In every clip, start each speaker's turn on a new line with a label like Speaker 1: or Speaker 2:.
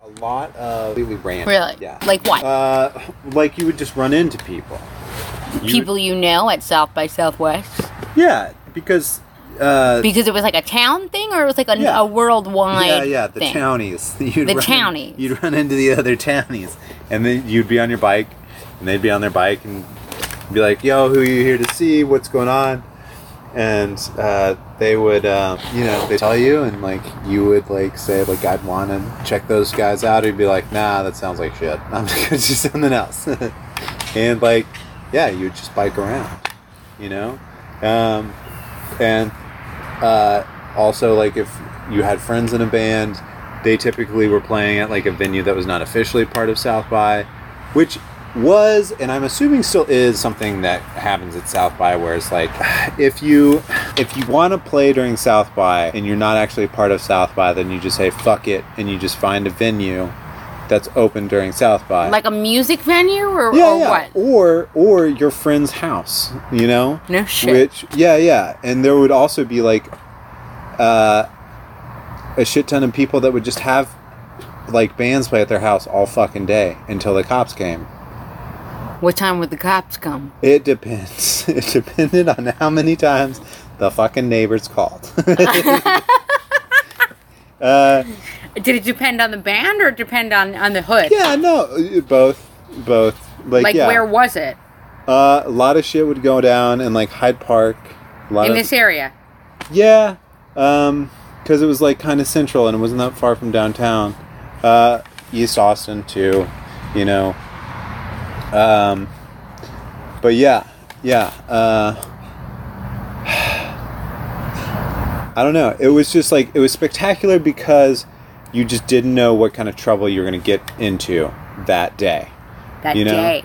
Speaker 1: a lot of really random.
Speaker 2: Really?
Speaker 1: Yeah.
Speaker 2: Like what?
Speaker 1: Uh, like you would just run into people. You
Speaker 2: People you know at South by Southwest?
Speaker 1: would- yeah, because. Uh,
Speaker 2: Because it was like a town thing, or it was like a,
Speaker 1: Yeah.
Speaker 2: a worldwide.
Speaker 1: yeah, yeah, the
Speaker 2: thing?
Speaker 1: townies. You'd
Speaker 2: The
Speaker 1: run,
Speaker 2: townies.
Speaker 1: You'd run into the other townies, and then you'd be on your bike, and they'd be on their bike, and be like, "Yo, who are you here to see? What's going on?" And uh, they would, uh, you know, they tell you, and like you would like say, like, "I'd want to check those guys out." He'd be like, "Nah, that sounds like shit. I'm just gonna do something else." and like, yeah, you'd just bike around, you know, um, and uh, also like if you had friends in a band they typically were playing at like a venue that was not officially part of south by which was and i'm assuming still is something that happens at south by where it's like if you if you want to play during south by and you're not actually part of south by then you just say fuck it and you just find a venue that's open during south by
Speaker 2: Like a music venue, or,
Speaker 1: yeah,
Speaker 2: or
Speaker 1: yeah.
Speaker 2: what?
Speaker 1: Or or your friend's house, you know?
Speaker 2: No shit.
Speaker 1: Which yeah, yeah. And there would also be like uh a shit ton of people that would just have like bands play at their house all fucking day until the cops came.
Speaker 2: What time would the cops come?
Speaker 1: It depends. It depended on how many times the fucking neighbors called. uh
Speaker 2: Did it depend on the band, or depend on on the hood?
Speaker 1: yeah, no, both both like,
Speaker 2: Like
Speaker 1: yeah.
Speaker 2: where was it
Speaker 1: uh, a lot of shit would go down in like Hyde Park. A lot
Speaker 2: in
Speaker 1: of,
Speaker 2: this area?
Speaker 1: Yeah, um, because it was like kind of central and it wasn't that far from downtown. Uh, East Austin too, you know. Um, but yeah, yeah. Uh, I don't know. It was just like it was spectacular because you just didn't know what kind of trouble you were gonna get into that day.
Speaker 2: That
Speaker 1: You know,
Speaker 2: day.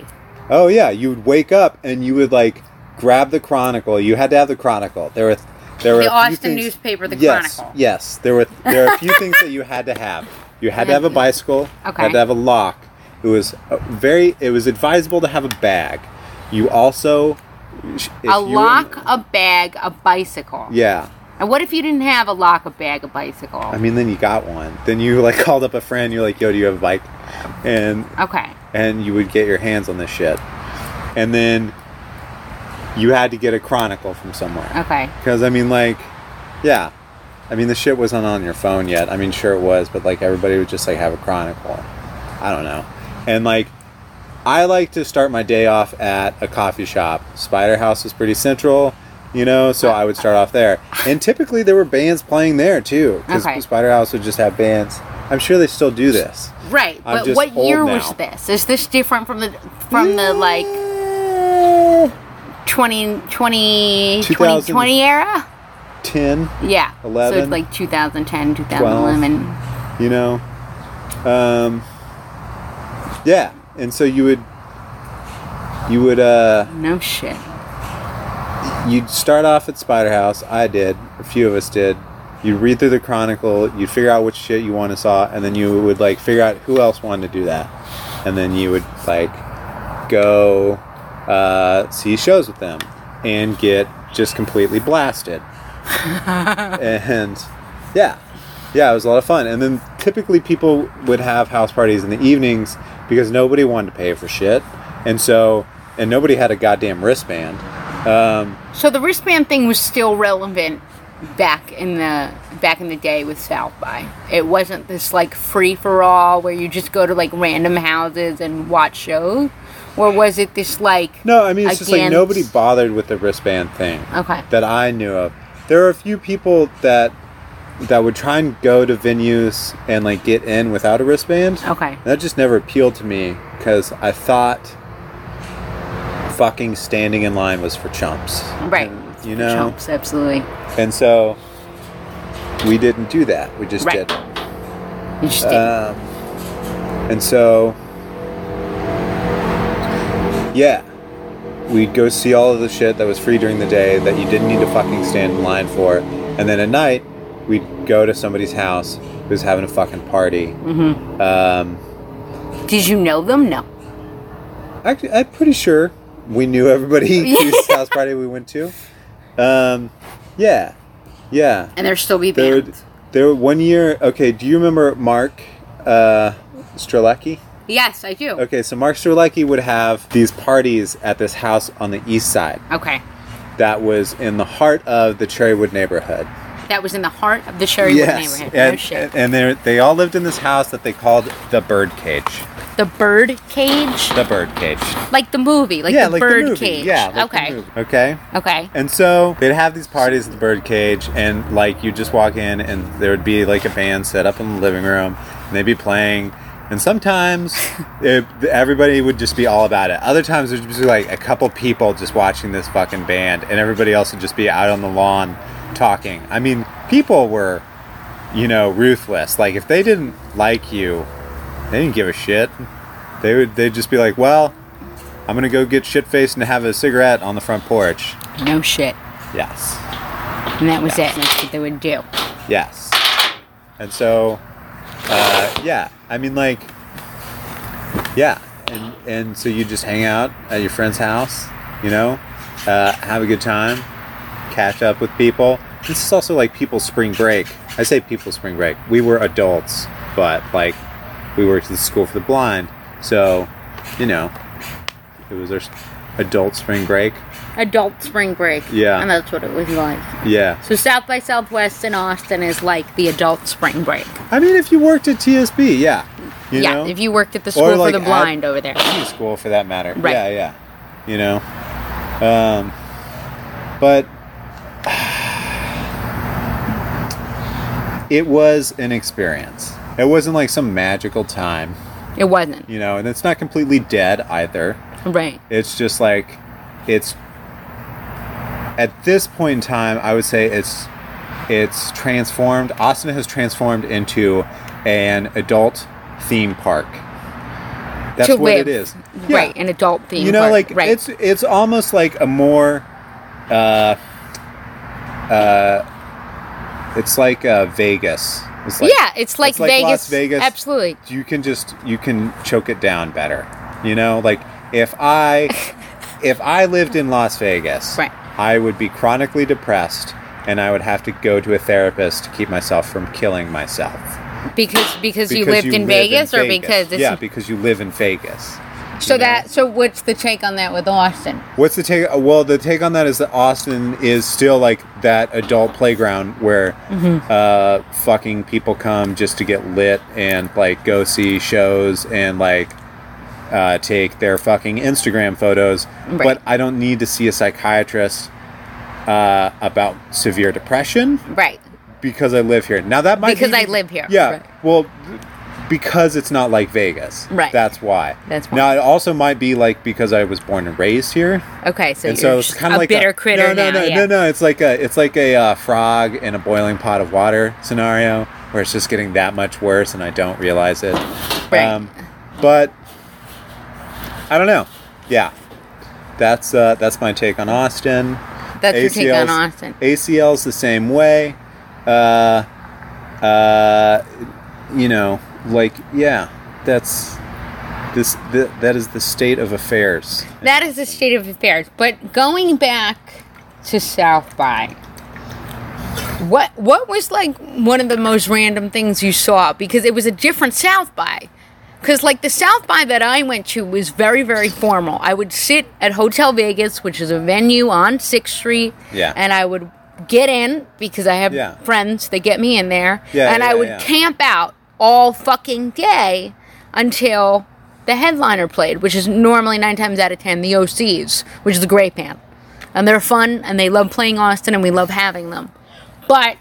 Speaker 1: Oh yeah, you would wake up and you would like grab the Chronicle. You had to have the Chronicle. There were there were
Speaker 2: The
Speaker 1: a few
Speaker 2: Austin
Speaker 1: things-
Speaker 2: newspaper, the
Speaker 1: yes,
Speaker 2: Chronicle.
Speaker 1: Yes, there were there are a few things that you had to have. You had to have a bicycle. You
Speaker 2: Okay.
Speaker 1: had to have a lock. It was uh, very. It was advisable to have a bag. You also if
Speaker 2: A
Speaker 1: you were-
Speaker 2: lock, a bag, a bicycle.
Speaker 1: yeah.
Speaker 2: And what if you didn't have a lock, a bag, a bicycle?
Speaker 1: I mean, then you got one. Then you like called up a friend. You're like, "Yo, do you have a bike?" And
Speaker 2: okay.
Speaker 1: and you would get your hands on this shit. And then you had to get a Chronicle from somewhere.
Speaker 2: Okay.
Speaker 1: Because, I mean, like, yeah. I mean, the shit wasn't on your phone yet. I mean, sure it was, but, like, everybody would just, like, have a Chronicle. I don't know. And, like, I like to start my day off at a coffee shop. Spider House is pretty central, you know, so I would start off there. And typically there were bands playing there, too. Because
Speaker 2: Okay.
Speaker 1: Spider House would just have bands. I'm sure they still do this.
Speaker 2: Right.
Speaker 1: I'm
Speaker 2: but
Speaker 1: just
Speaker 2: what
Speaker 1: old
Speaker 2: year
Speaker 1: now.
Speaker 2: was this? Is this different from the from the like twenty twenty
Speaker 1: 2000.
Speaker 2: 2020 era?
Speaker 1: 10,
Speaker 2: Yeah. So
Speaker 1: 11,
Speaker 2: it's like 2010, 2011.
Speaker 1: you know um yeah and so you would you would uh
Speaker 2: No shit.
Speaker 1: you'd start off at spider house i did a few of us did you'd read through the chronicle you'd figure out which shit you want to saw and then you would like figure out who else wanted to do that and then you would like go uh, see shows with them and get just completely blasted and yeah yeah it was a lot of fun and then typically people would have house parties in the evenings because nobody wanted to pay for shit and so and nobody had a goddamn wristband um,
Speaker 2: So the wristband thing was still relevant back in the back in the day with South by. It wasn't this like free for all where you just go to like random houses and watch shows, or was it this like
Speaker 1: No, I mean it's just like
Speaker 2: Against-
Speaker 1: nobody bothered with the wristband thing
Speaker 2: okay
Speaker 1: that I knew of. There are a few people that that would try and go to venues and like get in without a wristband.
Speaker 2: okay
Speaker 1: And that just never appealed to me because I thought fucking standing in line was for chumps,
Speaker 2: right
Speaker 1: you know.
Speaker 2: Chumps, absolutely
Speaker 1: And so we didn't do that. We just
Speaker 2: Right.
Speaker 1: did.
Speaker 2: you just didn't.
Speaker 1: Um, and so, yeah, we'd go see all of the shit that was free during the day that you didn't need to fucking stand in line for. And then at night, we'd go to somebody's house who was having a fucking party. Mm-hmm. Um,
Speaker 2: Did you know them? No.
Speaker 1: actually, I'm pretty sure we knew everybody whose house party we went to. Um, yeah, yeah.
Speaker 2: And there still be
Speaker 1: There,
Speaker 2: bands.
Speaker 1: there. One year. Okay. Do you remember Mark? Uh, Strelecki?
Speaker 2: Yes, I do.
Speaker 1: Okay, so Mark Strelecki would have these parties at this house on the east side
Speaker 2: Okay.
Speaker 1: that was in the heart of the Cherrywood neighborhood.
Speaker 2: That was in the heart of the Sherrywood neighborhood. No
Speaker 1: and,
Speaker 2: shit.
Speaker 1: and they they all lived in this house that they called the bird cage.
Speaker 2: the bird cage?
Speaker 1: The bird cage.
Speaker 2: Like the movie, like
Speaker 1: yeah,
Speaker 2: the
Speaker 1: like
Speaker 2: bird
Speaker 1: the movie.
Speaker 2: cage.
Speaker 1: Yeah. like the
Speaker 2: okay.
Speaker 1: movie. Okay.
Speaker 2: Okay.
Speaker 1: And so they'd have these parties at the birdcage, and like you just walk in, and there would be like a band set up in the living room, and they'd be playing. And sometimes it, everybody would just be all about it. Other times there'd just be like a couple people just watching this fucking band, and everybody else would just be out on the lawn talking. I mean, people were, you know, ruthless. Like if they didn't like you, they didn't give a shit. They would. They'd just be like, "Well, I'm gonna go get shit faced and have a cigarette on the front porch."
Speaker 2: No shit.
Speaker 1: Yes.
Speaker 2: And that was it. And that's what they would do.
Speaker 1: Yes. And so, uh, yeah, I mean, like, yeah, and and so you just hang out at your friend's house, you know, uh, have a good time, catch up with people. This is also like people's spring break. I say people's spring break. We were adults, but like, we worked at the school for the blind, so, you know, it was our s- adult spring break.
Speaker 2: Adult spring break.
Speaker 1: Yeah.
Speaker 2: And that's what it was like.
Speaker 1: Yeah.
Speaker 2: So South by Southwest in Austin is like the adult spring break.
Speaker 1: I mean, if you worked at TSB, yeah. You
Speaker 2: yeah.
Speaker 1: know?
Speaker 2: If you worked at the school
Speaker 1: like,
Speaker 2: for the
Speaker 1: ad-
Speaker 2: blind over there.
Speaker 1: any school for that matter.
Speaker 2: Right.
Speaker 1: Yeah, yeah. You know, um, but it was an experience. It wasn't like some magical time,
Speaker 2: It wasn't.
Speaker 1: you know, and it's not completely dead either.
Speaker 2: Right.
Speaker 1: It's just like it's at this point in time, I would say it's it's transformed. Austin has transformed into an adult theme park. That's
Speaker 2: to
Speaker 1: what it
Speaker 2: live.
Speaker 1: is. Yeah
Speaker 2: Right. An adult theme.
Speaker 1: you know
Speaker 2: park.
Speaker 1: like
Speaker 2: right.
Speaker 1: it's it's almost like a more uh uh it's like uh vegas it's
Speaker 2: yeah, it's like, Vegas.
Speaker 1: Las vegas
Speaker 2: Absolutely.
Speaker 1: you can just you can choke it down better you know like if i if i lived in las vegas
Speaker 2: Right.
Speaker 1: i would be chronically depressed and i would have to go to a therapist to keep myself from killing myself
Speaker 2: Because because you
Speaker 1: Because
Speaker 2: lived in,
Speaker 1: live
Speaker 2: Vegas, or because it's
Speaker 1: yeah because you live in vegas
Speaker 2: so
Speaker 1: you know?
Speaker 2: that so what's the take on that with Austin?
Speaker 1: What's the take? Well, the take on that is that Austin is still like that adult playground where
Speaker 2: Mm-hmm.
Speaker 1: uh, fucking people come just to get lit and like go see shows and like uh, take their fucking Instagram photos.
Speaker 2: Right.
Speaker 1: But I don't need to see a psychiatrist uh, about severe depression
Speaker 2: Right.
Speaker 1: because I live here. Now that might
Speaker 2: Because
Speaker 1: be-
Speaker 2: I live here,
Speaker 1: Yeah.
Speaker 2: right.
Speaker 1: Well, because it's not like Vegas.
Speaker 2: Right.
Speaker 1: That's why.
Speaker 2: That's why.
Speaker 1: Now it also might be like because I was born and raised here,
Speaker 2: Okay, so
Speaker 1: and
Speaker 2: you're
Speaker 1: so it's
Speaker 2: just
Speaker 1: kind of
Speaker 2: a
Speaker 1: like
Speaker 2: bitter
Speaker 1: a,
Speaker 2: critter
Speaker 1: No, no,
Speaker 2: now.
Speaker 1: no,
Speaker 2: yeah.
Speaker 1: no, no. It's like a it's like a uh, frog in a boiling pot of water scenario where it's just getting that much worse and I don't realize it. Um,
Speaker 2: Right.
Speaker 1: but I don't know. Yeah, that's uh, that's my take on Austin.
Speaker 2: That's your take on
Speaker 1: ACL's
Speaker 2: Austin.
Speaker 1: ACL's the same way. Uh, uh, you know, like yeah, that's this th- that is the state of affairs.
Speaker 2: That is the state of affairs. But going back to South by, what what was like one of the most random things you saw? Because it was a different South by. Because like the South by that I went to was very very formal. I would sit at Hotel Vegas, which is a venue on Sixth Street.
Speaker 1: Yeah.
Speaker 2: And I would get in because I have
Speaker 1: Yeah.
Speaker 2: friends that get me in there.
Speaker 1: Yeah,
Speaker 2: and I
Speaker 1: yeah,
Speaker 2: would
Speaker 1: yeah.
Speaker 2: camp out all fucking day until the headliner played, which is normally nine times out of ten the OCs, which is the great band. And they're fun and they love playing Austin and we love having them. But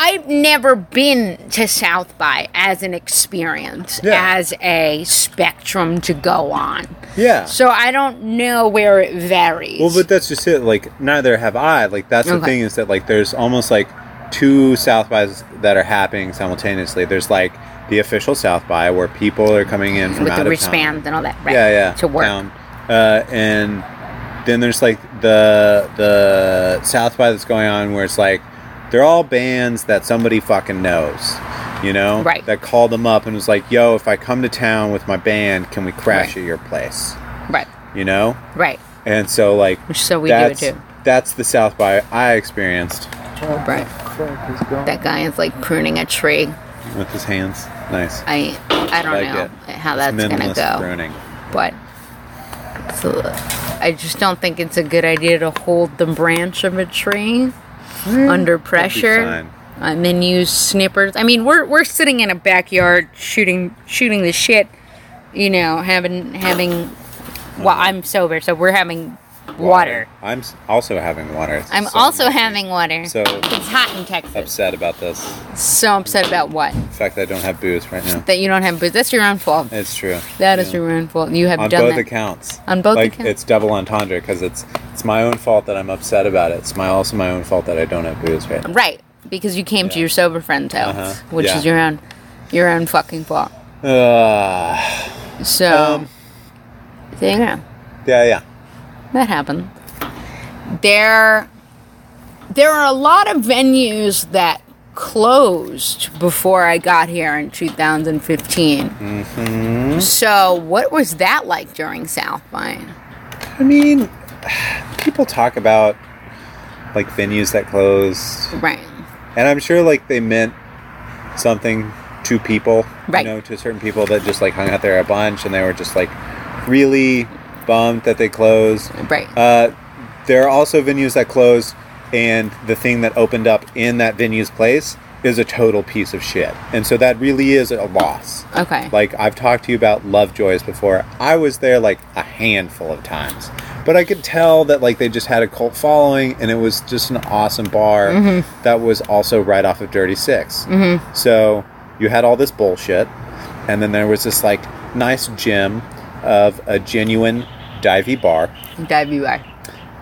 Speaker 2: I've never been to South by as an experience,
Speaker 1: Yeah.
Speaker 2: as a spectrum to go on.
Speaker 1: Yeah.
Speaker 2: So I don't know where it varies.
Speaker 1: Well, but that's just it. Like neither have I. Like that's the
Speaker 2: Okay.
Speaker 1: thing is that like there's almost like two South bys that are happening simultaneously. There's like the official South by where people are coming in from
Speaker 2: with
Speaker 1: out
Speaker 2: the
Speaker 1: of
Speaker 2: wristband
Speaker 1: town.
Speaker 2: and all that, right?
Speaker 1: Yeah, yeah.
Speaker 2: To work.
Speaker 1: town. Uh, and then there's like the the South by that's going on where it's like they're all bands that somebody fucking knows. You know,
Speaker 2: Right.
Speaker 1: That called them up and was like, "Yo, if I come to town with my band, can we crash
Speaker 2: Right.
Speaker 1: at your place?"
Speaker 2: Right.
Speaker 1: You know,
Speaker 2: Right.
Speaker 1: and so like
Speaker 2: Which so we do it
Speaker 1: that's,
Speaker 2: too.
Speaker 1: That's the South by I experienced
Speaker 2: Right. That guy is like pruning a tree.
Speaker 1: with his hands. Nice.
Speaker 2: I I don't
Speaker 1: like
Speaker 2: know
Speaker 1: it.
Speaker 2: how that's gonna
Speaker 1: Minimalist
Speaker 2: go,
Speaker 1: Pruning.
Speaker 2: but so I just don't think it's a good idea to hold the branch of a tree under pressure.
Speaker 1: fine.
Speaker 2: And then use snippers. I mean, we're we're sitting in a backyard shooting shooting the shit, you know, having having. Well, I'm sober, so we're having water.
Speaker 1: I'm s- also having water. It's
Speaker 2: I'm
Speaker 1: so
Speaker 2: also
Speaker 1: messy.
Speaker 2: having water.
Speaker 1: So
Speaker 2: it's hot in Texas.
Speaker 1: upset about this.
Speaker 2: So upset about what?
Speaker 1: The fact that I don't have booze right now.
Speaker 2: That you don't have booze. That's your own fault.
Speaker 1: It's true.
Speaker 2: That is
Speaker 1: Yeah.
Speaker 2: your own fault. You have
Speaker 1: on
Speaker 2: done
Speaker 1: both
Speaker 2: that.
Speaker 1: accounts.
Speaker 2: On both
Speaker 1: like,
Speaker 2: accounts.
Speaker 1: It's double entendre because it's it's my own fault that I'm upset about it. It's my also my own fault that I don't have booze right now.
Speaker 2: Right, because you came to
Speaker 1: Yeah.
Speaker 2: your sober friend's house,
Speaker 1: Uh-huh,
Speaker 2: which
Speaker 1: yeah.
Speaker 2: is your own, your own fucking fault.
Speaker 1: Uh,
Speaker 2: So,
Speaker 1: Um.
Speaker 2: there you go.
Speaker 1: yeah, yeah.
Speaker 2: That happened. There, there are a lot of venues that closed before I got here in 2015.
Speaker 1: Mm-hmm.
Speaker 2: So, what was that like during South by?
Speaker 1: I mean, people talk about like venues that closed,
Speaker 2: Right.
Speaker 1: and I'm sure like they meant something to people,
Speaker 2: Right.
Speaker 1: you know, to certain people that just like hung out there a bunch and they were just like really bummed that they closed.
Speaker 2: Right.
Speaker 1: Uh, there are also venues that closed, and the thing that opened up in that venue's place is a total piece of shit. And so that really is a loss.
Speaker 2: okay.
Speaker 1: Like, I've talked to you about Lovejoy's before. I was there like a handful of times. But I could tell that, like, they just had a cult following, and it was just an awesome bar that was also right off of Dirty 6 Mm-hmm. So you had all this bullshit, and then there was this, like, nice gem of a genuine divey bar
Speaker 2: Dive you back.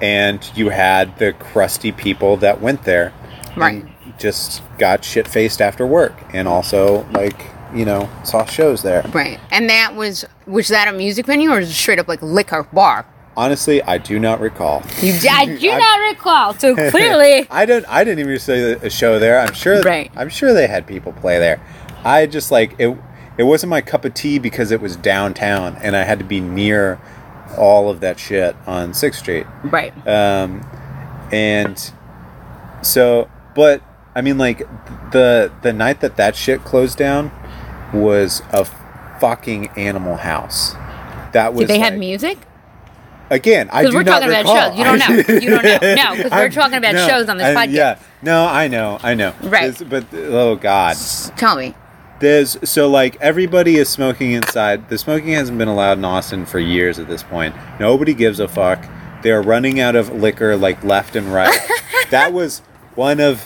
Speaker 1: and you had the crusty people that went there
Speaker 2: Right.
Speaker 1: and just got shit faced after work and also like you know saw shows there
Speaker 2: Right. And that was was that a music venue or was it straight up like liquor bar?
Speaker 1: honestly i do not recall
Speaker 2: You I do not recall. So clearly
Speaker 1: i don't i didn't even see a show there i'm sure
Speaker 2: Right.
Speaker 1: i'm sure they had people play there i just like it it wasn't my cup of tea because it was downtown and i had to be near all of that shit on sixth street
Speaker 2: Right.
Speaker 1: um, and so but i mean like the the night that that shit closed down was a fucking animal house that was
Speaker 2: Did they have
Speaker 1: like-
Speaker 2: music?
Speaker 1: again i do
Speaker 2: Because we're
Speaker 1: not
Speaker 2: talking about
Speaker 1: recall.
Speaker 2: shows. You don't know. You don't know. No, 'cause we're
Speaker 1: I'm-
Speaker 2: talking about
Speaker 1: no,
Speaker 2: shows on this
Speaker 1: I-
Speaker 2: podcast.
Speaker 1: yeah no i know i know
Speaker 2: Right.
Speaker 1: It's- but oh god
Speaker 2: Tell me.
Speaker 1: there's so like everybody is smoking inside. The smoking hasn't been allowed in Austin for years at this point. Nobody gives a fuck. They're running out of liquor like left and right. that was one of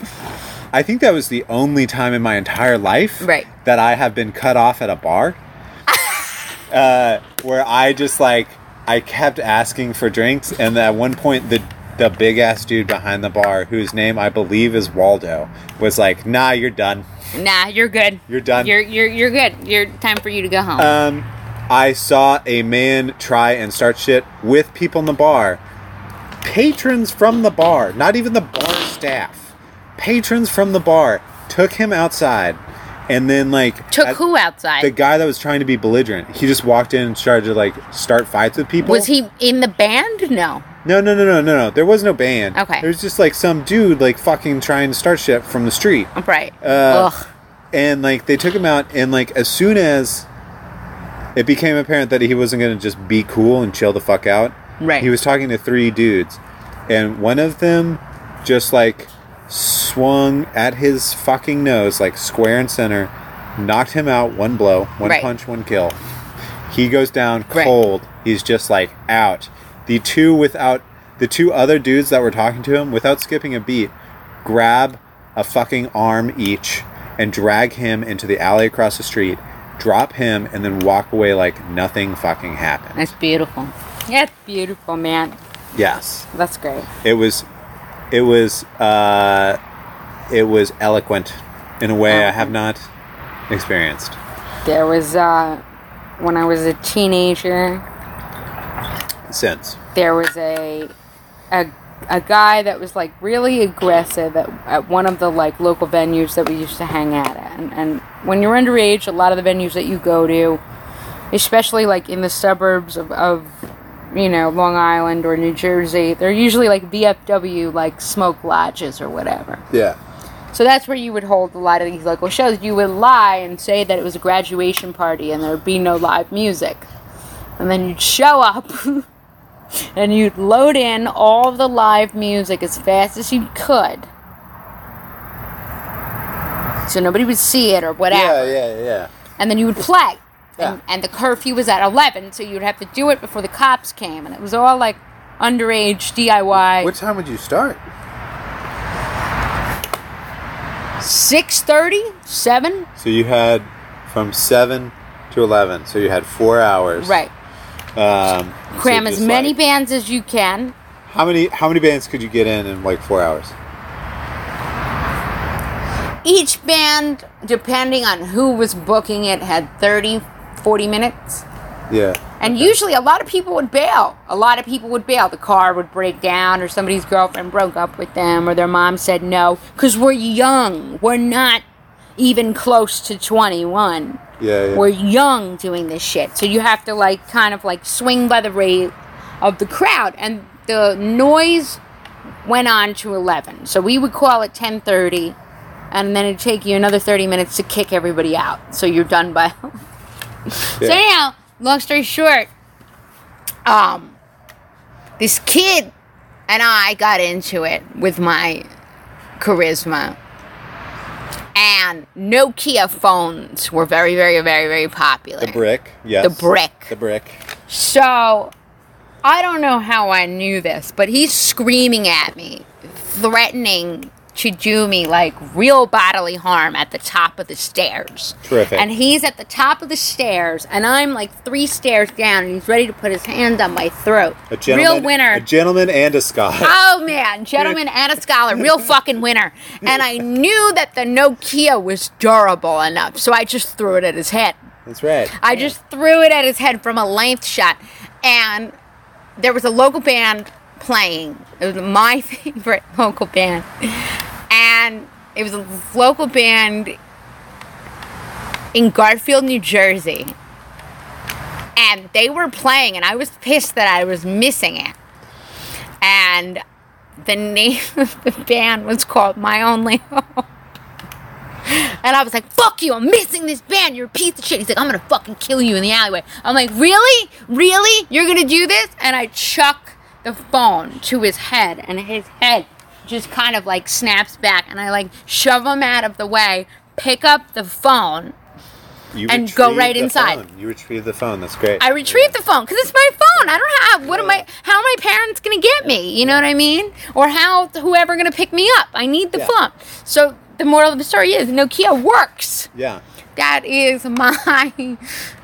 Speaker 1: I think that was the only time in my entire life
Speaker 2: Right.
Speaker 1: that I have been cut off at a bar. uh, where I just like I kept asking for drinks and at one point the the big ass dude behind the bar, whose name I believe is Waldo, was like, "Nah, you're done."
Speaker 2: Nah, you're good.
Speaker 1: You're done.
Speaker 2: You're you're you're good. You're time for you to go home.
Speaker 1: Um, I saw a man try and start shit with people in the bar. Patrons from the bar, not even the bar staff. Patrons from the bar took him outside and then like
Speaker 2: Took
Speaker 1: at-
Speaker 2: who outside?
Speaker 1: the guy that was trying to be belligerent. He just walked in and started to like start fights with people.
Speaker 2: was he in the band? No.
Speaker 1: No, no, no, no, no, no. There was no band.
Speaker 2: Okay.
Speaker 1: There was just like some dude like fucking trying to start shit from the street.
Speaker 2: Right.
Speaker 1: Uh,
Speaker 2: Ugh.
Speaker 1: and like they took him out and like as soon as it became apparent that he wasn't going to just be cool and chill the fuck out
Speaker 2: Right.
Speaker 1: he was talking to three dudes and one of them just like swung at his fucking nose like square and center knocked him out one blow one
Speaker 2: Right.
Speaker 1: punch one kill he goes down
Speaker 2: Right.
Speaker 1: cold he's just like out the two without the two other dudes that were talking to him without skipping a beat grab a fucking arm each and drag him into the alley across the street drop him and then walk away like nothing fucking happened
Speaker 2: That's beautiful. That's beautiful, man.
Speaker 1: yes
Speaker 2: That's great.
Speaker 1: it was it was uh it was eloquent in a way i have not experienced
Speaker 2: There was uh when I was a teenager,
Speaker 1: since
Speaker 2: there was a a a guy that was like really aggressive at, at one of the like local venues that we used to hang out at and, and when you're underage a lot of the venues that you go to especially like in the suburbs of, of you know long island or new jersey they're usually like vfw like smoke lodges or whatever
Speaker 1: yeah
Speaker 2: So that's where you would hold a lot of these local shows. You would lie and say that it was a graduation party and there'd be no live music. And then you'd show up and you'd load in all of the live music as fast as you could. So nobody would see it or
Speaker 1: Yeah,
Speaker 2: whatever.
Speaker 1: yeah, yeah.
Speaker 2: And then you would play.
Speaker 1: Yeah.
Speaker 2: And, and the curfew was at 11, so you'd have to do it before the cops came. And it was all like underage DIY.
Speaker 1: What time would you start?
Speaker 2: 6.30? 7?
Speaker 1: So you had from seven to eleven. So you had four hours.
Speaker 2: Right.
Speaker 1: Um,
Speaker 2: Cram
Speaker 1: so
Speaker 2: as
Speaker 1: just
Speaker 2: many
Speaker 1: like-
Speaker 2: bands as you can.
Speaker 1: How many how many bands could you get in in like four hours?
Speaker 2: Each band, depending on who was booking it, had 30, 40 minutes.
Speaker 1: Yeah.
Speaker 2: And usually a lot of people would bail. A lot of people would bail. The car would break down, or somebody's girlfriend broke up with them, or their mom said no. Because we're young. We're not even close to 21.
Speaker 1: Yeah. yeah.
Speaker 2: We're young doing this shit. So you have to, like, kind of like swing by the rate of the crowd. And the noise went on to 11. So we would call at 10.30. And then it'd take you another 30 minutes to kick everybody out. So you're done by so
Speaker 1: Yeah.
Speaker 2: anyhow, long story short, um, this kid and I got into it with my charisma, and Nokia phones were very, very, very, very popular.
Speaker 1: The brick. Yes.
Speaker 2: The brick.
Speaker 1: The brick.
Speaker 2: So, I don't know how I knew this, but he's screaming at me, threatening to do me like real bodily harm at the top of the stairs.
Speaker 1: Terrific.
Speaker 2: And he's at the top of the stairs, and I'm like three stairs down, and he's ready to put his hand on my throat.
Speaker 1: A gentleman.
Speaker 2: Real winner.
Speaker 1: A gentleman and a Scot.
Speaker 2: Oh man, gentleman and a scholar, real fucking winner. And I knew that the Nokia was durable enough, so I just threw it at his head.
Speaker 1: That's right.
Speaker 2: I just threw it at his head from a length shot. And there was a local band playing. It was my favorite local band. And it was a local band in Garfield, New Jersey. And they were playing, and I was pissed that I was missing it. And the name of the band was called My Only Home. And I was like, fuck you, I'm missing this band, you're a piece of shit. He's like, I'm gonna fucking kill you in the alleyway. I'm like, really? Really? You're gonna do this? And I chuck the phone to his head, and his head just kind of like snaps back, and I like shove him out of the way, pick up the phone.
Speaker 1: You
Speaker 2: And go
Speaker 1: retrieved
Speaker 2: right
Speaker 1: the
Speaker 2: inside.
Speaker 1: phone. You retrieve the phone. That's great.
Speaker 2: I retrieved the phone because it's my phone. I don't have what am I? How are my parents gonna get me? You know what I mean? Or how whoever gonna pick me up? I need the
Speaker 1: Yeah.
Speaker 2: phone. So the moral of the story is Nokia works.
Speaker 1: Yeah.
Speaker 2: That is my.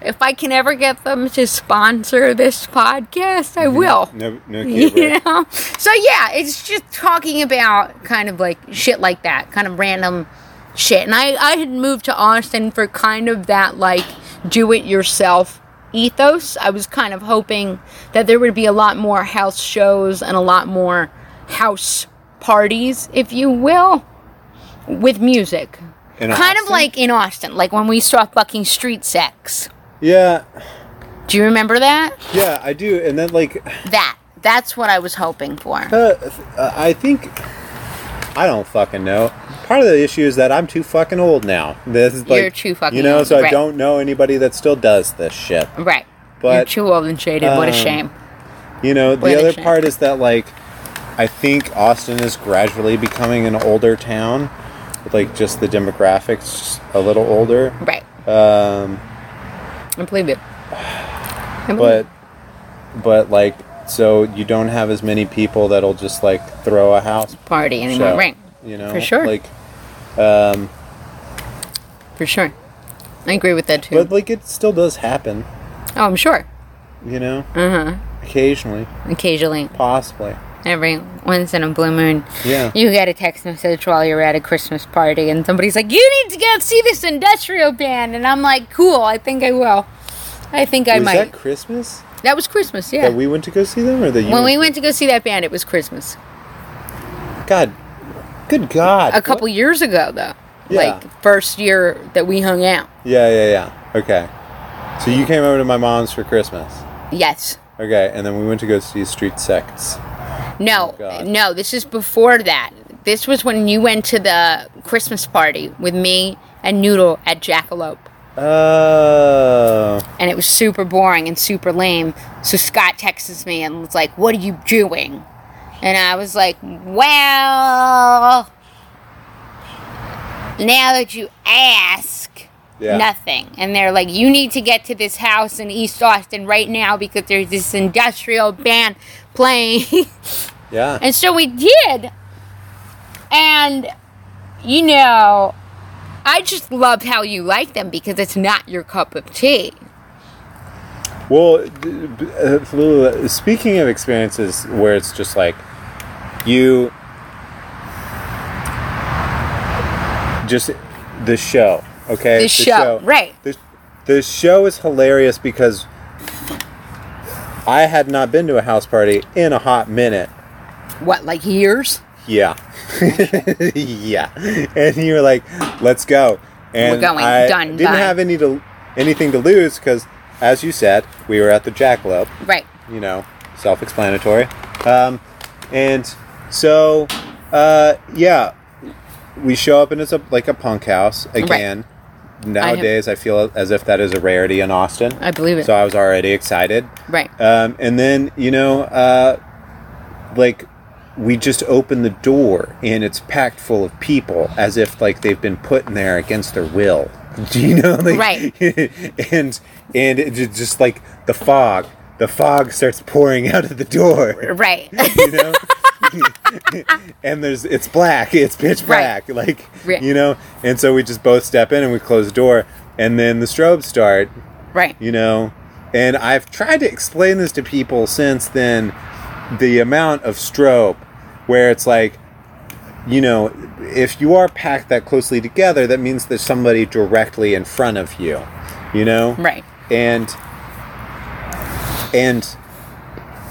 Speaker 2: If I can ever get them to sponsor this podcast, I will.
Speaker 1: No. No.
Speaker 2: You
Speaker 1: kid, right?
Speaker 2: know? So yeah, it's just talking about kind of like shit like that, kind of random shit. And I I had moved to Austin for kind of that like do it yourself ethos. I was kind of hoping that there would be a lot more house shows and a lot more house parties, if you will, with music.
Speaker 1: In
Speaker 2: kind of
Speaker 1: Austin?
Speaker 2: like in Austin, like when we saw fucking street sex.
Speaker 1: Yeah.
Speaker 2: Do you remember that?
Speaker 1: Yeah. I do. And then like.
Speaker 2: That. That's what I was hoping for.
Speaker 1: Uh, th- uh, I think I don't fucking know. Part of the issue is that I'm too fucking old now. This is like
Speaker 2: You're too fucking
Speaker 1: you know,
Speaker 2: old,
Speaker 1: so I
Speaker 2: right.
Speaker 1: don't know anybody that still does this shit.
Speaker 2: Right. You're
Speaker 1: But,
Speaker 2: too old and jaded. what a
Speaker 1: um,
Speaker 2: shame.
Speaker 1: You know,
Speaker 2: Where
Speaker 1: the
Speaker 2: they
Speaker 1: other
Speaker 2: shit.
Speaker 1: part is that like I think Austin is gradually becoming an older town. With, like just the demographics a little older.
Speaker 2: Right.
Speaker 1: Um,
Speaker 2: I believe it. I believe
Speaker 1: but
Speaker 2: it.
Speaker 1: but like so you don't have as many people that'll just like throw a house
Speaker 2: party in
Speaker 1: show,
Speaker 2: one ring.
Speaker 1: You know,
Speaker 2: For sure.
Speaker 1: Like um
Speaker 2: For sure. I agree with that too.
Speaker 1: But like it still does happen,
Speaker 2: oh, I'm sure.
Speaker 1: you know,
Speaker 2: Uh huh.
Speaker 1: occasionally,
Speaker 2: Occasionally,
Speaker 1: possibly.
Speaker 2: every once in a blue moon,
Speaker 1: Yeah.
Speaker 2: you get a text message while you're at a Christmas party, and somebody's like, "You need to go see this industrial band," and I'm like, "Cool, I think I will. I think I
Speaker 1: was
Speaker 2: might."
Speaker 1: that Christmas
Speaker 2: That, was Christmas, yeah.
Speaker 1: that we went to go see them, or that you?
Speaker 2: when we went to go see that band, it was Christmas.
Speaker 1: God, good God,
Speaker 2: A couple years ago, though.
Speaker 1: Yeah.
Speaker 2: Like first year that we hung out.
Speaker 1: What? Yeah, yeah, yeah. Okay, so you came over to my mom's for Christmas.
Speaker 2: Yes.
Speaker 1: Okay, and then we went to go see Street Sects.
Speaker 2: No,
Speaker 1: Oh, God.
Speaker 2: no, this is before that. This was when you went to the Christmas party with me and Noodle at Jackalope.
Speaker 1: Oh.
Speaker 2: And it was super boring and super lame. So Scott texts me and was like, What are you doing? And I was like, Well, now that you ask,
Speaker 1: Yeah.
Speaker 2: nothing. And they're like, you need to get to this house in East Austin right now because there's this industrial band playing.
Speaker 1: Yeah.
Speaker 2: and so we did. And, you know, I just loved how you like them because it's not your cup of tea.
Speaker 1: Well, d- b- uh, speaking of experiences where it's just like you just the show, okay?
Speaker 2: The show, right.
Speaker 1: The, the show is hilarious because I had not been to a house party in a hot minute.
Speaker 2: What, like years?
Speaker 1: Yeah. yeah. And you were like, let's go. And
Speaker 2: going.
Speaker 1: I
Speaker 2: Done.
Speaker 1: didn't
Speaker 2: Bye.
Speaker 1: have any to anything to lose because, as you said, we were at the Jackalope
Speaker 2: Right.
Speaker 1: you know, self-explanatory. Um, and so, uh, yeah, we show up and it's a, like a punk house again. Nowadays, I, feel as if that is a rarity in Austin.
Speaker 2: I believe it.
Speaker 1: So I was already excited.
Speaker 2: Right.
Speaker 1: Um, and then you know, uh, like we just open the door and it's packed full of people as if like they've been put in there against their will. Do you know? Like,
Speaker 2: Right.
Speaker 1: and and it ju- just like the fog, the fog starts pouring out of the door.
Speaker 2: Right.
Speaker 1: You know. and there's it's black it's pitch
Speaker 2: Right.
Speaker 1: black like
Speaker 2: Right.
Speaker 1: you know and so we just both step in and we close the door and then the strobes start
Speaker 2: right.
Speaker 1: you know and i've tried to explain this to people since then the amount of strobe where it's like you know if you are packed that closely together that means there's somebody directly in front of you you know
Speaker 2: Right.
Speaker 1: and and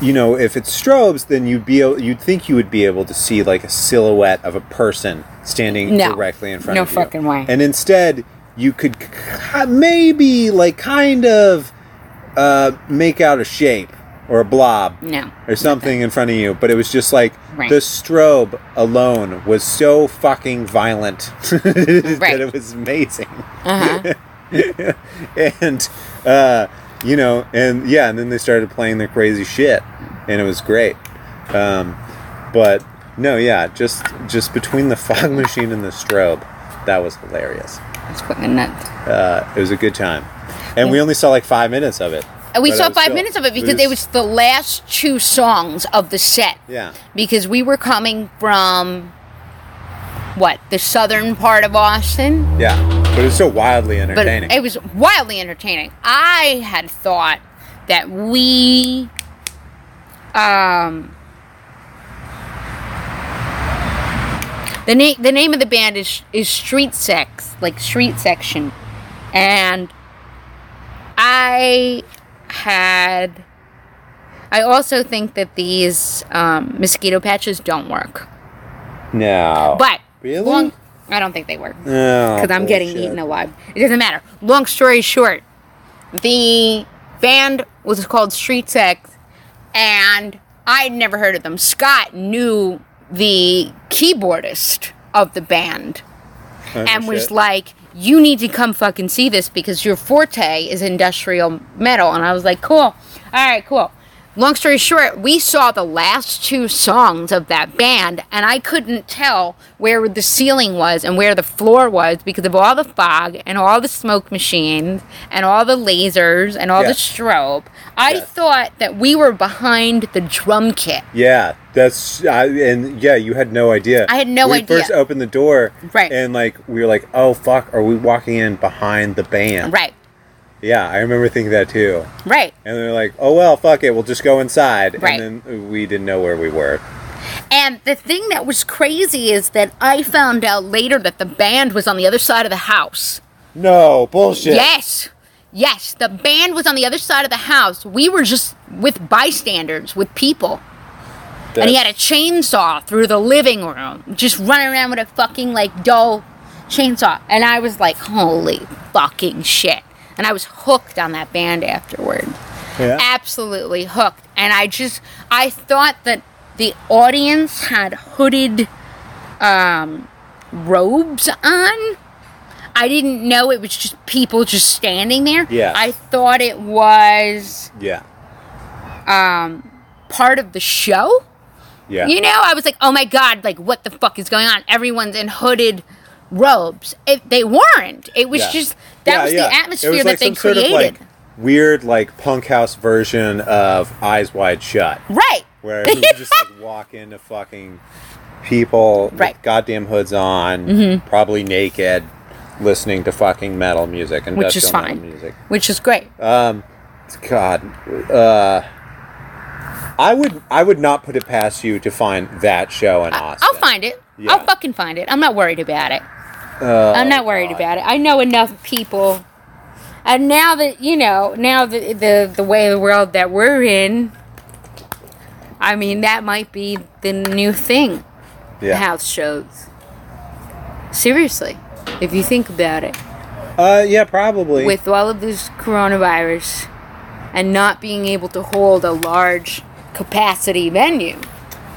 Speaker 1: you know if it's strobes then you'd be able, you'd think you would be able to see like a silhouette of a person standing
Speaker 2: No.
Speaker 1: directly in front
Speaker 2: No
Speaker 1: of you
Speaker 2: fucking way.
Speaker 1: and instead you could k- maybe like kind of uh, make out a shape or a blob
Speaker 2: No.
Speaker 1: or something in front of you but it was just like
Speaker 2: Right.
Speaker 1: the strobe alone was so fucking violent that
Speaker 2: Right.
Speaker 1: it was amazing
Speaker 2: Uh huh.
Speaker 1: and uh, you know, and yeah, and then they started playing their crazy shit, and it was great. Um, but no, yeah, just just between the fog machine and the strobe, that was hilarious.
Speaker 2: It's fucking nuts.
Speaker 1: Uh, it was a good time, and we only saw like five minutes of it.
Speaker 2: And Uh, we
Speaker 1: But
Speaker 2: saw
Speaker 1: it was
Speaker 2: five
Speaker 1: still-
Speaker 2: minutes of it because it was the last two songs of the set.
Speaker 1: Yeah.
Speaker 2: Because we were coming from what the southern part of Austin,
Speaker 1: yeah, but it was so wildly
Speaker 2: but
Speaker 1: entertaining.
Speaker 2: it was wildly entertaining. I had thought that we, um, the name the name of the band is is Street Sex, like Street Section, and I had. I also think that these um, mosquito patches don't work.
Speaker 1: no,
Speaker 2: But
Speaker 1: Really?
Speaker 2: long, I don't think they work because
Speaker 1: No,
Speaker 2: I'm getting
Speaker 1: Oh, bullshit.
Speaker 2: eaten alive. It doesn't matter. Long story short, the band was called Street Sex, and I had never heard of them. Scott knew the keyboardist of the band
Speaker 1: Oh, no
Speaker 2: and was
Speaker 1: shit.
Speaker 2: like, "You need to come fucking see this because your forte is industrial metal." And I was like, "Cool, all right, cool." Long story short, we saw the last two songs of that band, and I couldn't tell where the ceiling was and where the floor was because of all the fog and all the smoke machines and all the lasers and all the
Speaker 1: Yeah.
Speaker 2: strobe. I
Speaker 1: Yeah.
Speaker 2: thought that we were behind the drum kit.
Speaker 1: Yeah, that's I, and yeah, you had no idea.
Speaker 2: I had no
Speaker 1: we
Speaker 2: idea.
Speaker 1: First opened the door,
Speaker 2: Right.
Speaker 1: And like we were like, oh fuck, are we walking in behind the band?
Speaker 2: Right,
Speaker 1: Yeah, I remember thinking that too.
Speaker 2: right.
Speaker 1: And they're like, oh well, fuck it, we'll just go inside.
Speaker 2: Right.
Speaker 1: And then we didn't know where we were.
Speaker 2: And the thing that was crazy is that I found out later that the band was on the other side of the house.
Speaker 1: No bullshit.
Speaker 2: Yes. Yes, the band was on the other side of the house. We were just with bystanders, with people. And he had a chainsaw through the living room, just running around with a fucking like dull chainsaw. And I was like, holy fucking shit. And I was hooked on that band afterward
Speaker 1: Yeah.
Speaker 2: absolutely hooked and i just i thought that the audience had hooded um, robes on. I didn't know it was just people just standing there.
Speaker 1: Yeah.
Speaker 2: I thought it was
Speaker 1: Yeah.
Speaker 2: um, part of the show.
Speaker 1: Yeah.
Speaker 2: You know, I was like, oh my god, like what the fuck is going on? Everyone's in hooded robes. It, they weren't. It was
Speaker 1: Yeah.
Speaker 2: just that
Speaker 1: Yeah,
Speaker 2: was
Speaker 1: yeah.
Speaker 2: the atmosphere
Speaker 1: It was
Speaker 2: that
Speaker 1: like
Speaker 2: they
Speaker 1: some sort of, like,
Speaker 2: created.
Speaker 1: weird like punk house version of Eyes Wide Shut,
Speaker 2: right.
Speaker 1: where you just like walk into fucking people
Speaker 2: Right. Mm-hmm.
Speaker 1: with goddamn hoods on, probably naked, listening to fucking metal music, industrial
Speaker 2: Which is
Speaker 1: metal
Speaker 2: fine.
Speaker 1: music.
Speaker 2: Which is great.
Speaker 1: God, uh, I would I would not put it past you to find that show in Austin.
Speaker 2: I'll find it.
Speaker 1: Yeah.
Speaker 2: I'll fucking find it. I'm not worried about it.
Speaker 1: Uh,
Speaker 2: I'm not worried
Speaker 1: God.
Speaker 2: about it. I know enough people. And now that you know, now the the the way of the world that we're in, I mean that might be the new thing.
Speaker 1: yeah.
Speaker 2: House shows. Seriously, if you think about it,
Speaker 1: Uh, yeah, probably.
Speaker 2: with all of this coronavirus and not being able to hold a large capacity venue,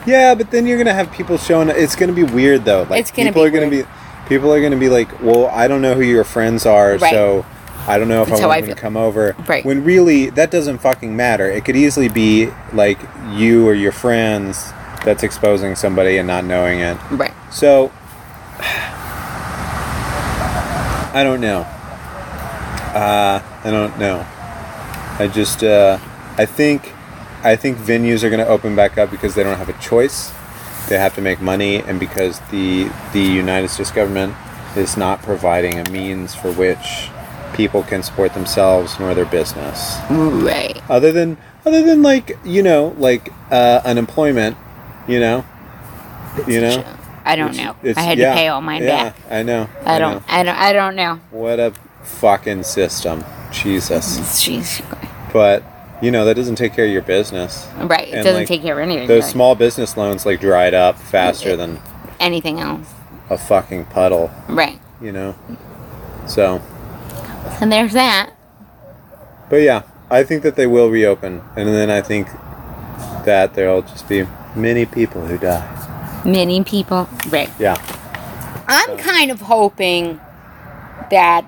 Speaker 1: Yeah, but then you're gonna have people showing. It's gonna be weird though. Like
Speaker 2: It's gonna
Speaker 1: people
Speaker 2: be
Speaker 1: are gonna
Speaker 2: weird.
Speaker 1: be, people are gonna be like, well, I don't know who your friends are,
Speaker 2: Right.
Speaker 1: so I don't know if
Speaker 2: That's
Speaker 1: I
Speaker 2: how I
Speaker 1: want them to
Speaker 2: feel.
Speaker 1: come over.
Speaker 2: Right.
Speaker 1: When really that doesn't fucking matter. It could easily be like you or your friends that's exposing somebody and not knowing it.
Speaker 2: right?
Speaker 1: So I don't know. Uh, I don't know. I just uh, I think I think venues are going to open back up because they don't have a choice. They have to make money, and because the the United States government is not providing a means for which people can support themselves nor their business
Speaker 2: Right.
Speaker 1: other than other than like you know like uh, unemployment you know you know
Speaker 2: I don't know. I had
Speaker 1: yeah,
Speaker 2: to pay all mine
Speaker 1: yeah,
Speaker 2: back.
Speaker 1: I know.
Speaker 2: I don't.
Speaker 1: know.
Speaker 2: I don't. I don't know.
Speaker 1: What a fucking system, Jesus!
Speaker 2: Jeez.
Speaker 1: But you know that doesn't take care of your business.
Speaker 2: Right. It
Speaker 1: And,
Speaker 2: doesn't
Speaker 1: like,
Speaker 2: take care of anything.
Speaker 1: Those
Speaker 2: like,
Speaker 1: small business loans like dried up faster than
Speaker 2: anything else.
Speaker 1: a fucking puddle,
Speaker 2: Right.
Speaker 1: you know. So,
Speaker 2: And there's that.
Speaker 1: but yeah, I think that they will reopen, and then I think that there'll just be many people who die.
Speaker 2: Many people. Right.
Speaker 1: Yeah.
Speaker 2: I'm kind of hoping that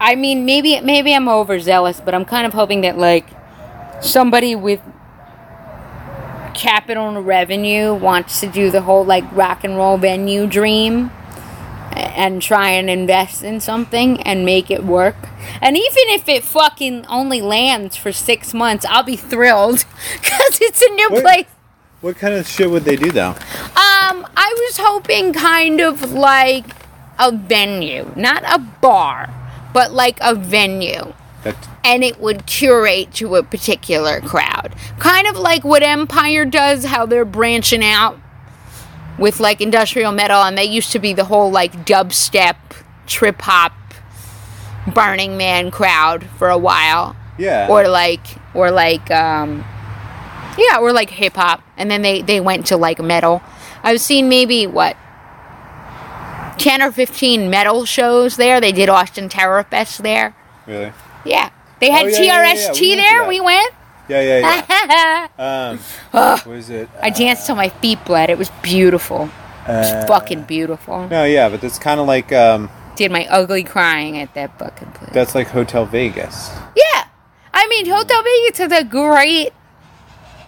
Speaker 2: I mean maybe maybe I'm overzealous, but I'm kind of hoping that like somebody with capital and revenue wants to do the whole like rock and roll venue dream a- and try and invest in something and make it work. And even if it fucking only lands for 6 months, I'll be thrilled cuz it's a new
Speaker 1: What-
Speaker 2: place.
Speaker 1: What kind of shit would they do though?
Speaker 2: Um, I was hoping kind of like a venue, not a bar, but like a venue.
Speaker 1: That,
Speaker 2: And it would curate to a particular crowd. Kind of like what Empire does, how they're branching out with like industrial metal, and they used to be the whole like dubstep, trip hop, Burning Man crowd for a while
Speaker 1: yeah.
Speaker 2: or like or like um yeah or like hip hop and then they they went to like metal i've seen maybe what 10 or 15 metal shows there they did austin terror fest there
Speaker 1: really?
Speaker 2: yeah they had
Speaker 1: Oh, yeah, yeah, yeah, yeah.
Speaker 2: trst
Speaker 1: We went to
Speaker 2: there
Speaker 1: that.
Speaker 2: we went
Speaker 1: Yeah, yeah, yeah. um, what is it?
Speaker 2: Ah. i danced till my feet bled it was beautiful it was
Speaker 1: Uh,
Speaker 2: fucking beautiful
Speaker 1: No, Oh, yeah, but that's kind of like um,
Speaker 2: did my ugly crying at that fucking place
Speaker 1: that's like Hotel Vegas.
Speaker 2: Yeah. I mean, Hotel Vegas has a great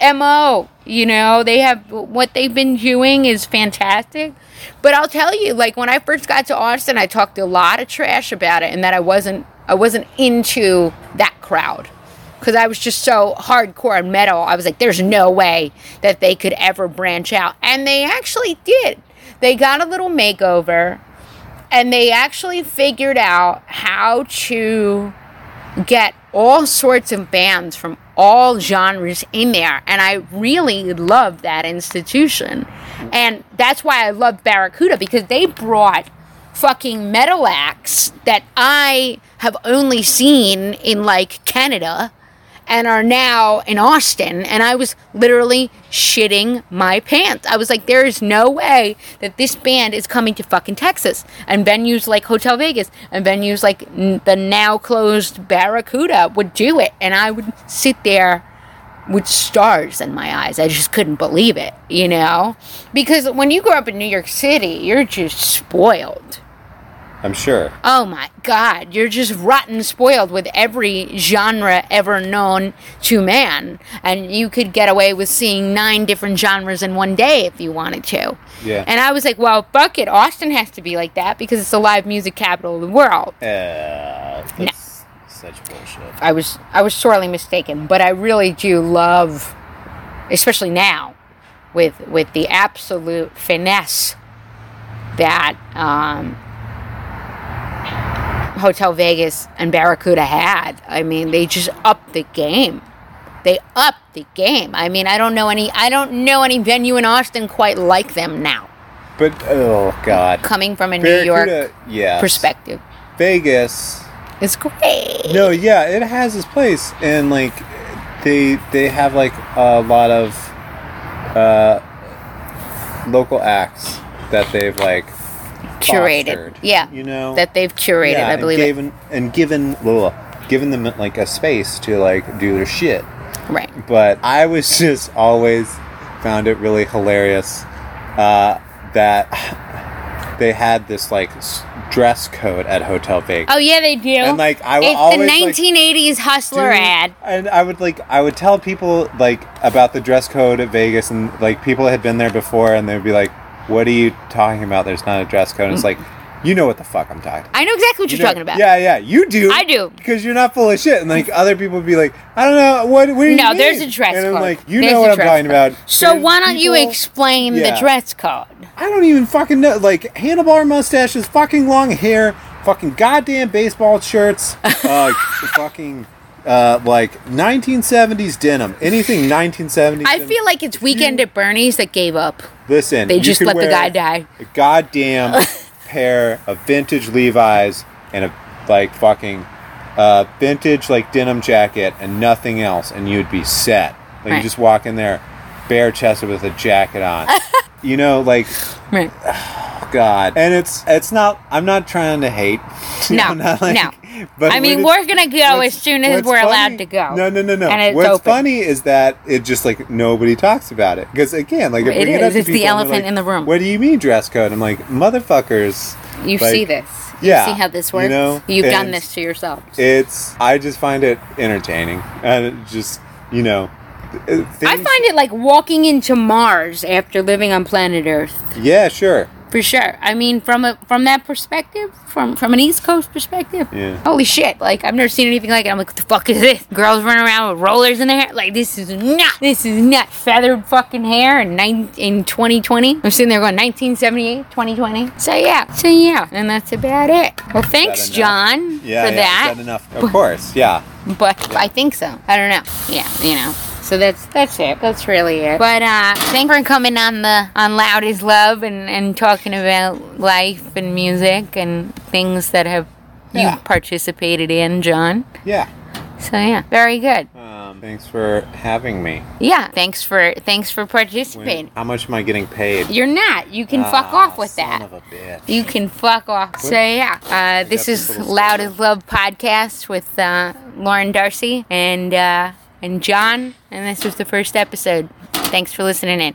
Speaker 2: MO. You know, they have what they've been doing is fantastic. But I'll tell you, like when I first got to Austin, I talked a lot of trash about it and that I wasn't I wasn't into that crowd. Cuz I was just so hardcore and metal. I was like there's no way that they could ever branch out. And they actually did. They got a little makeover and they actually figured out how to get all sorts of bands from all genres in there and i really love that institution and that's why i love barracuda because they brought fucking metal acts that i have only seen in like canada and are now in austin and i was literally shitting my pants i was like there is no way that this band is coming to fucking texas and venues like hotel vegas and venues like n- the now closed barracuda would do it and i would sit there with stars in my eyes. I just couldn't believe it, you know? Because when you grow up in New York City, you're just spoiled.
Speaker 1: I'm sure.
Speaker 2: Oh my God, you're just rotten spoiled with every genre ever known to man. And you could get away with seeing nine different genres in one day if you wanted to.
Speaker 1: Yeah.
Speaker 2: And I was like, well, fuck it. Austin has to be like that because it's the live music capital of the world.
Speaker 1: Uh, that's such bullshit.
Speaker 2: I was I was sorely mistaken, but I really do love, especially now, with with the absolute finesse that um, Hotel Vegas and Barracuda had. I mean, they just upped the game. They upped the game. I mean, I don't know any I don't know any venue in Austin quite like them now.
Speaker 1: But oh god,
Speaker 2: Coming from a New York
Speaker 1: Barracuda- yeah,
Speaker 2: perspective,
Speaker 1: Vegas.
Speaker 2: it's great.
Speaker 1: No, yeah, it has its place, and like they they have like a lot of uh, local acts that they've like
Speaker 2: Curated.
Speaker 1: fostered,
Speaker 2: Yeah.
Speaker 1: you know
Speaker 2: that they've curated.
Speaker 1: Yeah,
Speaker 2: I believe
Speaker 1: and
Speaker 2: it.
Speaker 1: given and given ugh, given them like a space to like do their shit.
Speaker 2: Right.
Speaker 1: But I was just always found it really hilarious uh, that they had this like s- dress code at Hotel Vegas.
Speaker 2: Oh yeah, they do.
Speaker 1: And, like, I will
Speaker 2: it's
Speaker 1: always,
Speaker 2: the
Speaker 1: like,
Speaker 2: 1980s hustler
Speaker 1: Dude,
Speaker 2: ad.
Speaker 1: And I would like I would tell people like about the dress code at Vegas and like people had been there before and they'd be like, What are you talking about? There's not a dress code. And it's like, you know what the fuck I'm talking about.
Speaker 2: I know exactly what you're talking about.
Speaker 1: Yeah, yeah, you do.
Speaker 2: I do.
Speaker 1: Because you're not full of shit. And like other people would be like, I don't know, what what do you
Speaker 2: No,
Speaker 1: mean?"
Speaker 2: there's a dress
Speaker 1: And I'm
Speaker 2: code.
Speaker 1: like, you
Speaker 2: There's
Speaker 1: know
Speaker 2: a
Speaker 1: what I'm
Speaker 2: dress
Speaker 1: talking
Speaker 2: code.
Speaker 1: about.
Speaker 2: So
Speaker 1: There's
Speaker 2: why don't you
Speaker 1: people-
Speaker 2: explain
Speaker 1: Yeah.
Speaker 2: the dress code?
Speaker 1: I don't even fucking know. Like handlebar mustaches, fucking long hair, fucking goddamn baseball shirts, uh, fucking uh, like 1970s denim. Anything 1970s.
Speaker 2: I
Speaker 1: denim.
Speaker 2: feel like it's Weekend at Bernie's that gave up.
Speaker 1: Listen,
Speaker 2: they
Speaker 1: you
Speaker 2: just
Speaker 1: could
Speaker 2: let the
Speaker 1: wear
Speaker 2: guy die.
Speaker 1: A goddamn pair of vintage Levi's and a like fucking uh, vintage like denim jacket and nothing else, and you'd be set. Like
Speaker 2: Right.
Speaker 1: you just walk in there, bare chested with a jacket on. you know, like
Speaker 2: Right.
Speaker 1: God. And it's it's not. I'm not trying to hate.
Speaker 2: No,
Speaker 1: I'm not,
Speaker 2: no.
Speaker 1: But
Speaker 2: I mean,
Speaker 1: what
Speaker 2: we're
Speaker 1: it-
Speaker 2: gonna go as
Speaker 1: what's-
Speaker 2: soon as
Speaker 1: what's
Speaker 2: we're
Speaker 1: funny-
Speaker 2: allowed to go.
Speaker 1: No, no, no, no.
Speaker 2: And it's
Speaker 1: what's
Speaker 2: open.
Speaker 1: funny is that it just like nobody talks about it because again, like if
Speaker 2: It
Speaker 1: we get up
Speaker 2: is.
Speaker 1: to
Speaker 2: It's the
Speaker 1: people and they're
Speaker 2: elephant
Speaker 1: like,
Speaker 2: in the room.
Speaker 1: What do you mean dress code? I'm like, motherfuckers.
Speaker 2: You
Speaker 1: like,
Speaker 2: see this?
Speaker 1: yeah,
Speaker 2: You see how this
Speaker 1: you
Speaker 2: works?
Speaker 1: know,
Speaker 2: You've done
Speaker 1: and-
Speaker 2: this to yourself.
Speaker 1: It's. I just find it entertaining and it just you know. th- uh, Things,
Speaker 2: I find it like walking into Mars after living on planet Earth.
Speaker 1: Yeah, sure.
Speaker 2: For sure. I mean, from a from that perspective, from from an East Coast perspective,
Speaker 1: Yeah.
Speaker 2: holy shit! Like I've never seen anything like it. I'm like, what the fuck is this? Girls running around with rollers in their hair. Like this is not. This is not feathered fucking hair in nine in 2020. I'm sitting there going 1978, 2020. So yeah. So yeah. And that's about it. Well, thanks,
Speaker 1: enough?
Speaker 2: John,
Speaker 1: Yeah,
Speaker 2: for
Speaker 1: yeah,
Speaker 2: that.
Speaker 1: Is that enough? Of course. Yeah.
Speaker 2: But I think so. I don't know. Yeah, you know. So that's that's it. That's really it. But uh thanks for coming on the on Loud is Love and and talking about life and music and things that have
Speaker 1: Yeah.
Speaker 2: you participated in, John.
Speaker 1: Yeah.
Speaker 2: So yeah, very good.
Speaker 1: Um, thanks for having me.
Speaker 2: Yeah, thanks for thanks for
Speaker 1: When-
Speaker 2: participating.
Speaker 1: how much am I getting paid?
Speaker 2: You're not. You can fuck
Speaker 1: Ah,
Speaker 2: off with
Speaker 1: son
Speaker 2: that.
Speaker 1: of a bitch.
Speaker 2: You can fuck off. So yeah, uh, this
Speaker 1: got
Speaker 2: is
Speaker 1: this little
Speaker 2: Loud
Speaker 1: story.
Speaker 2: as Love podcast with uh, Lauren Darcy and uh, and John, and this was the first episode. Thanks for listening in.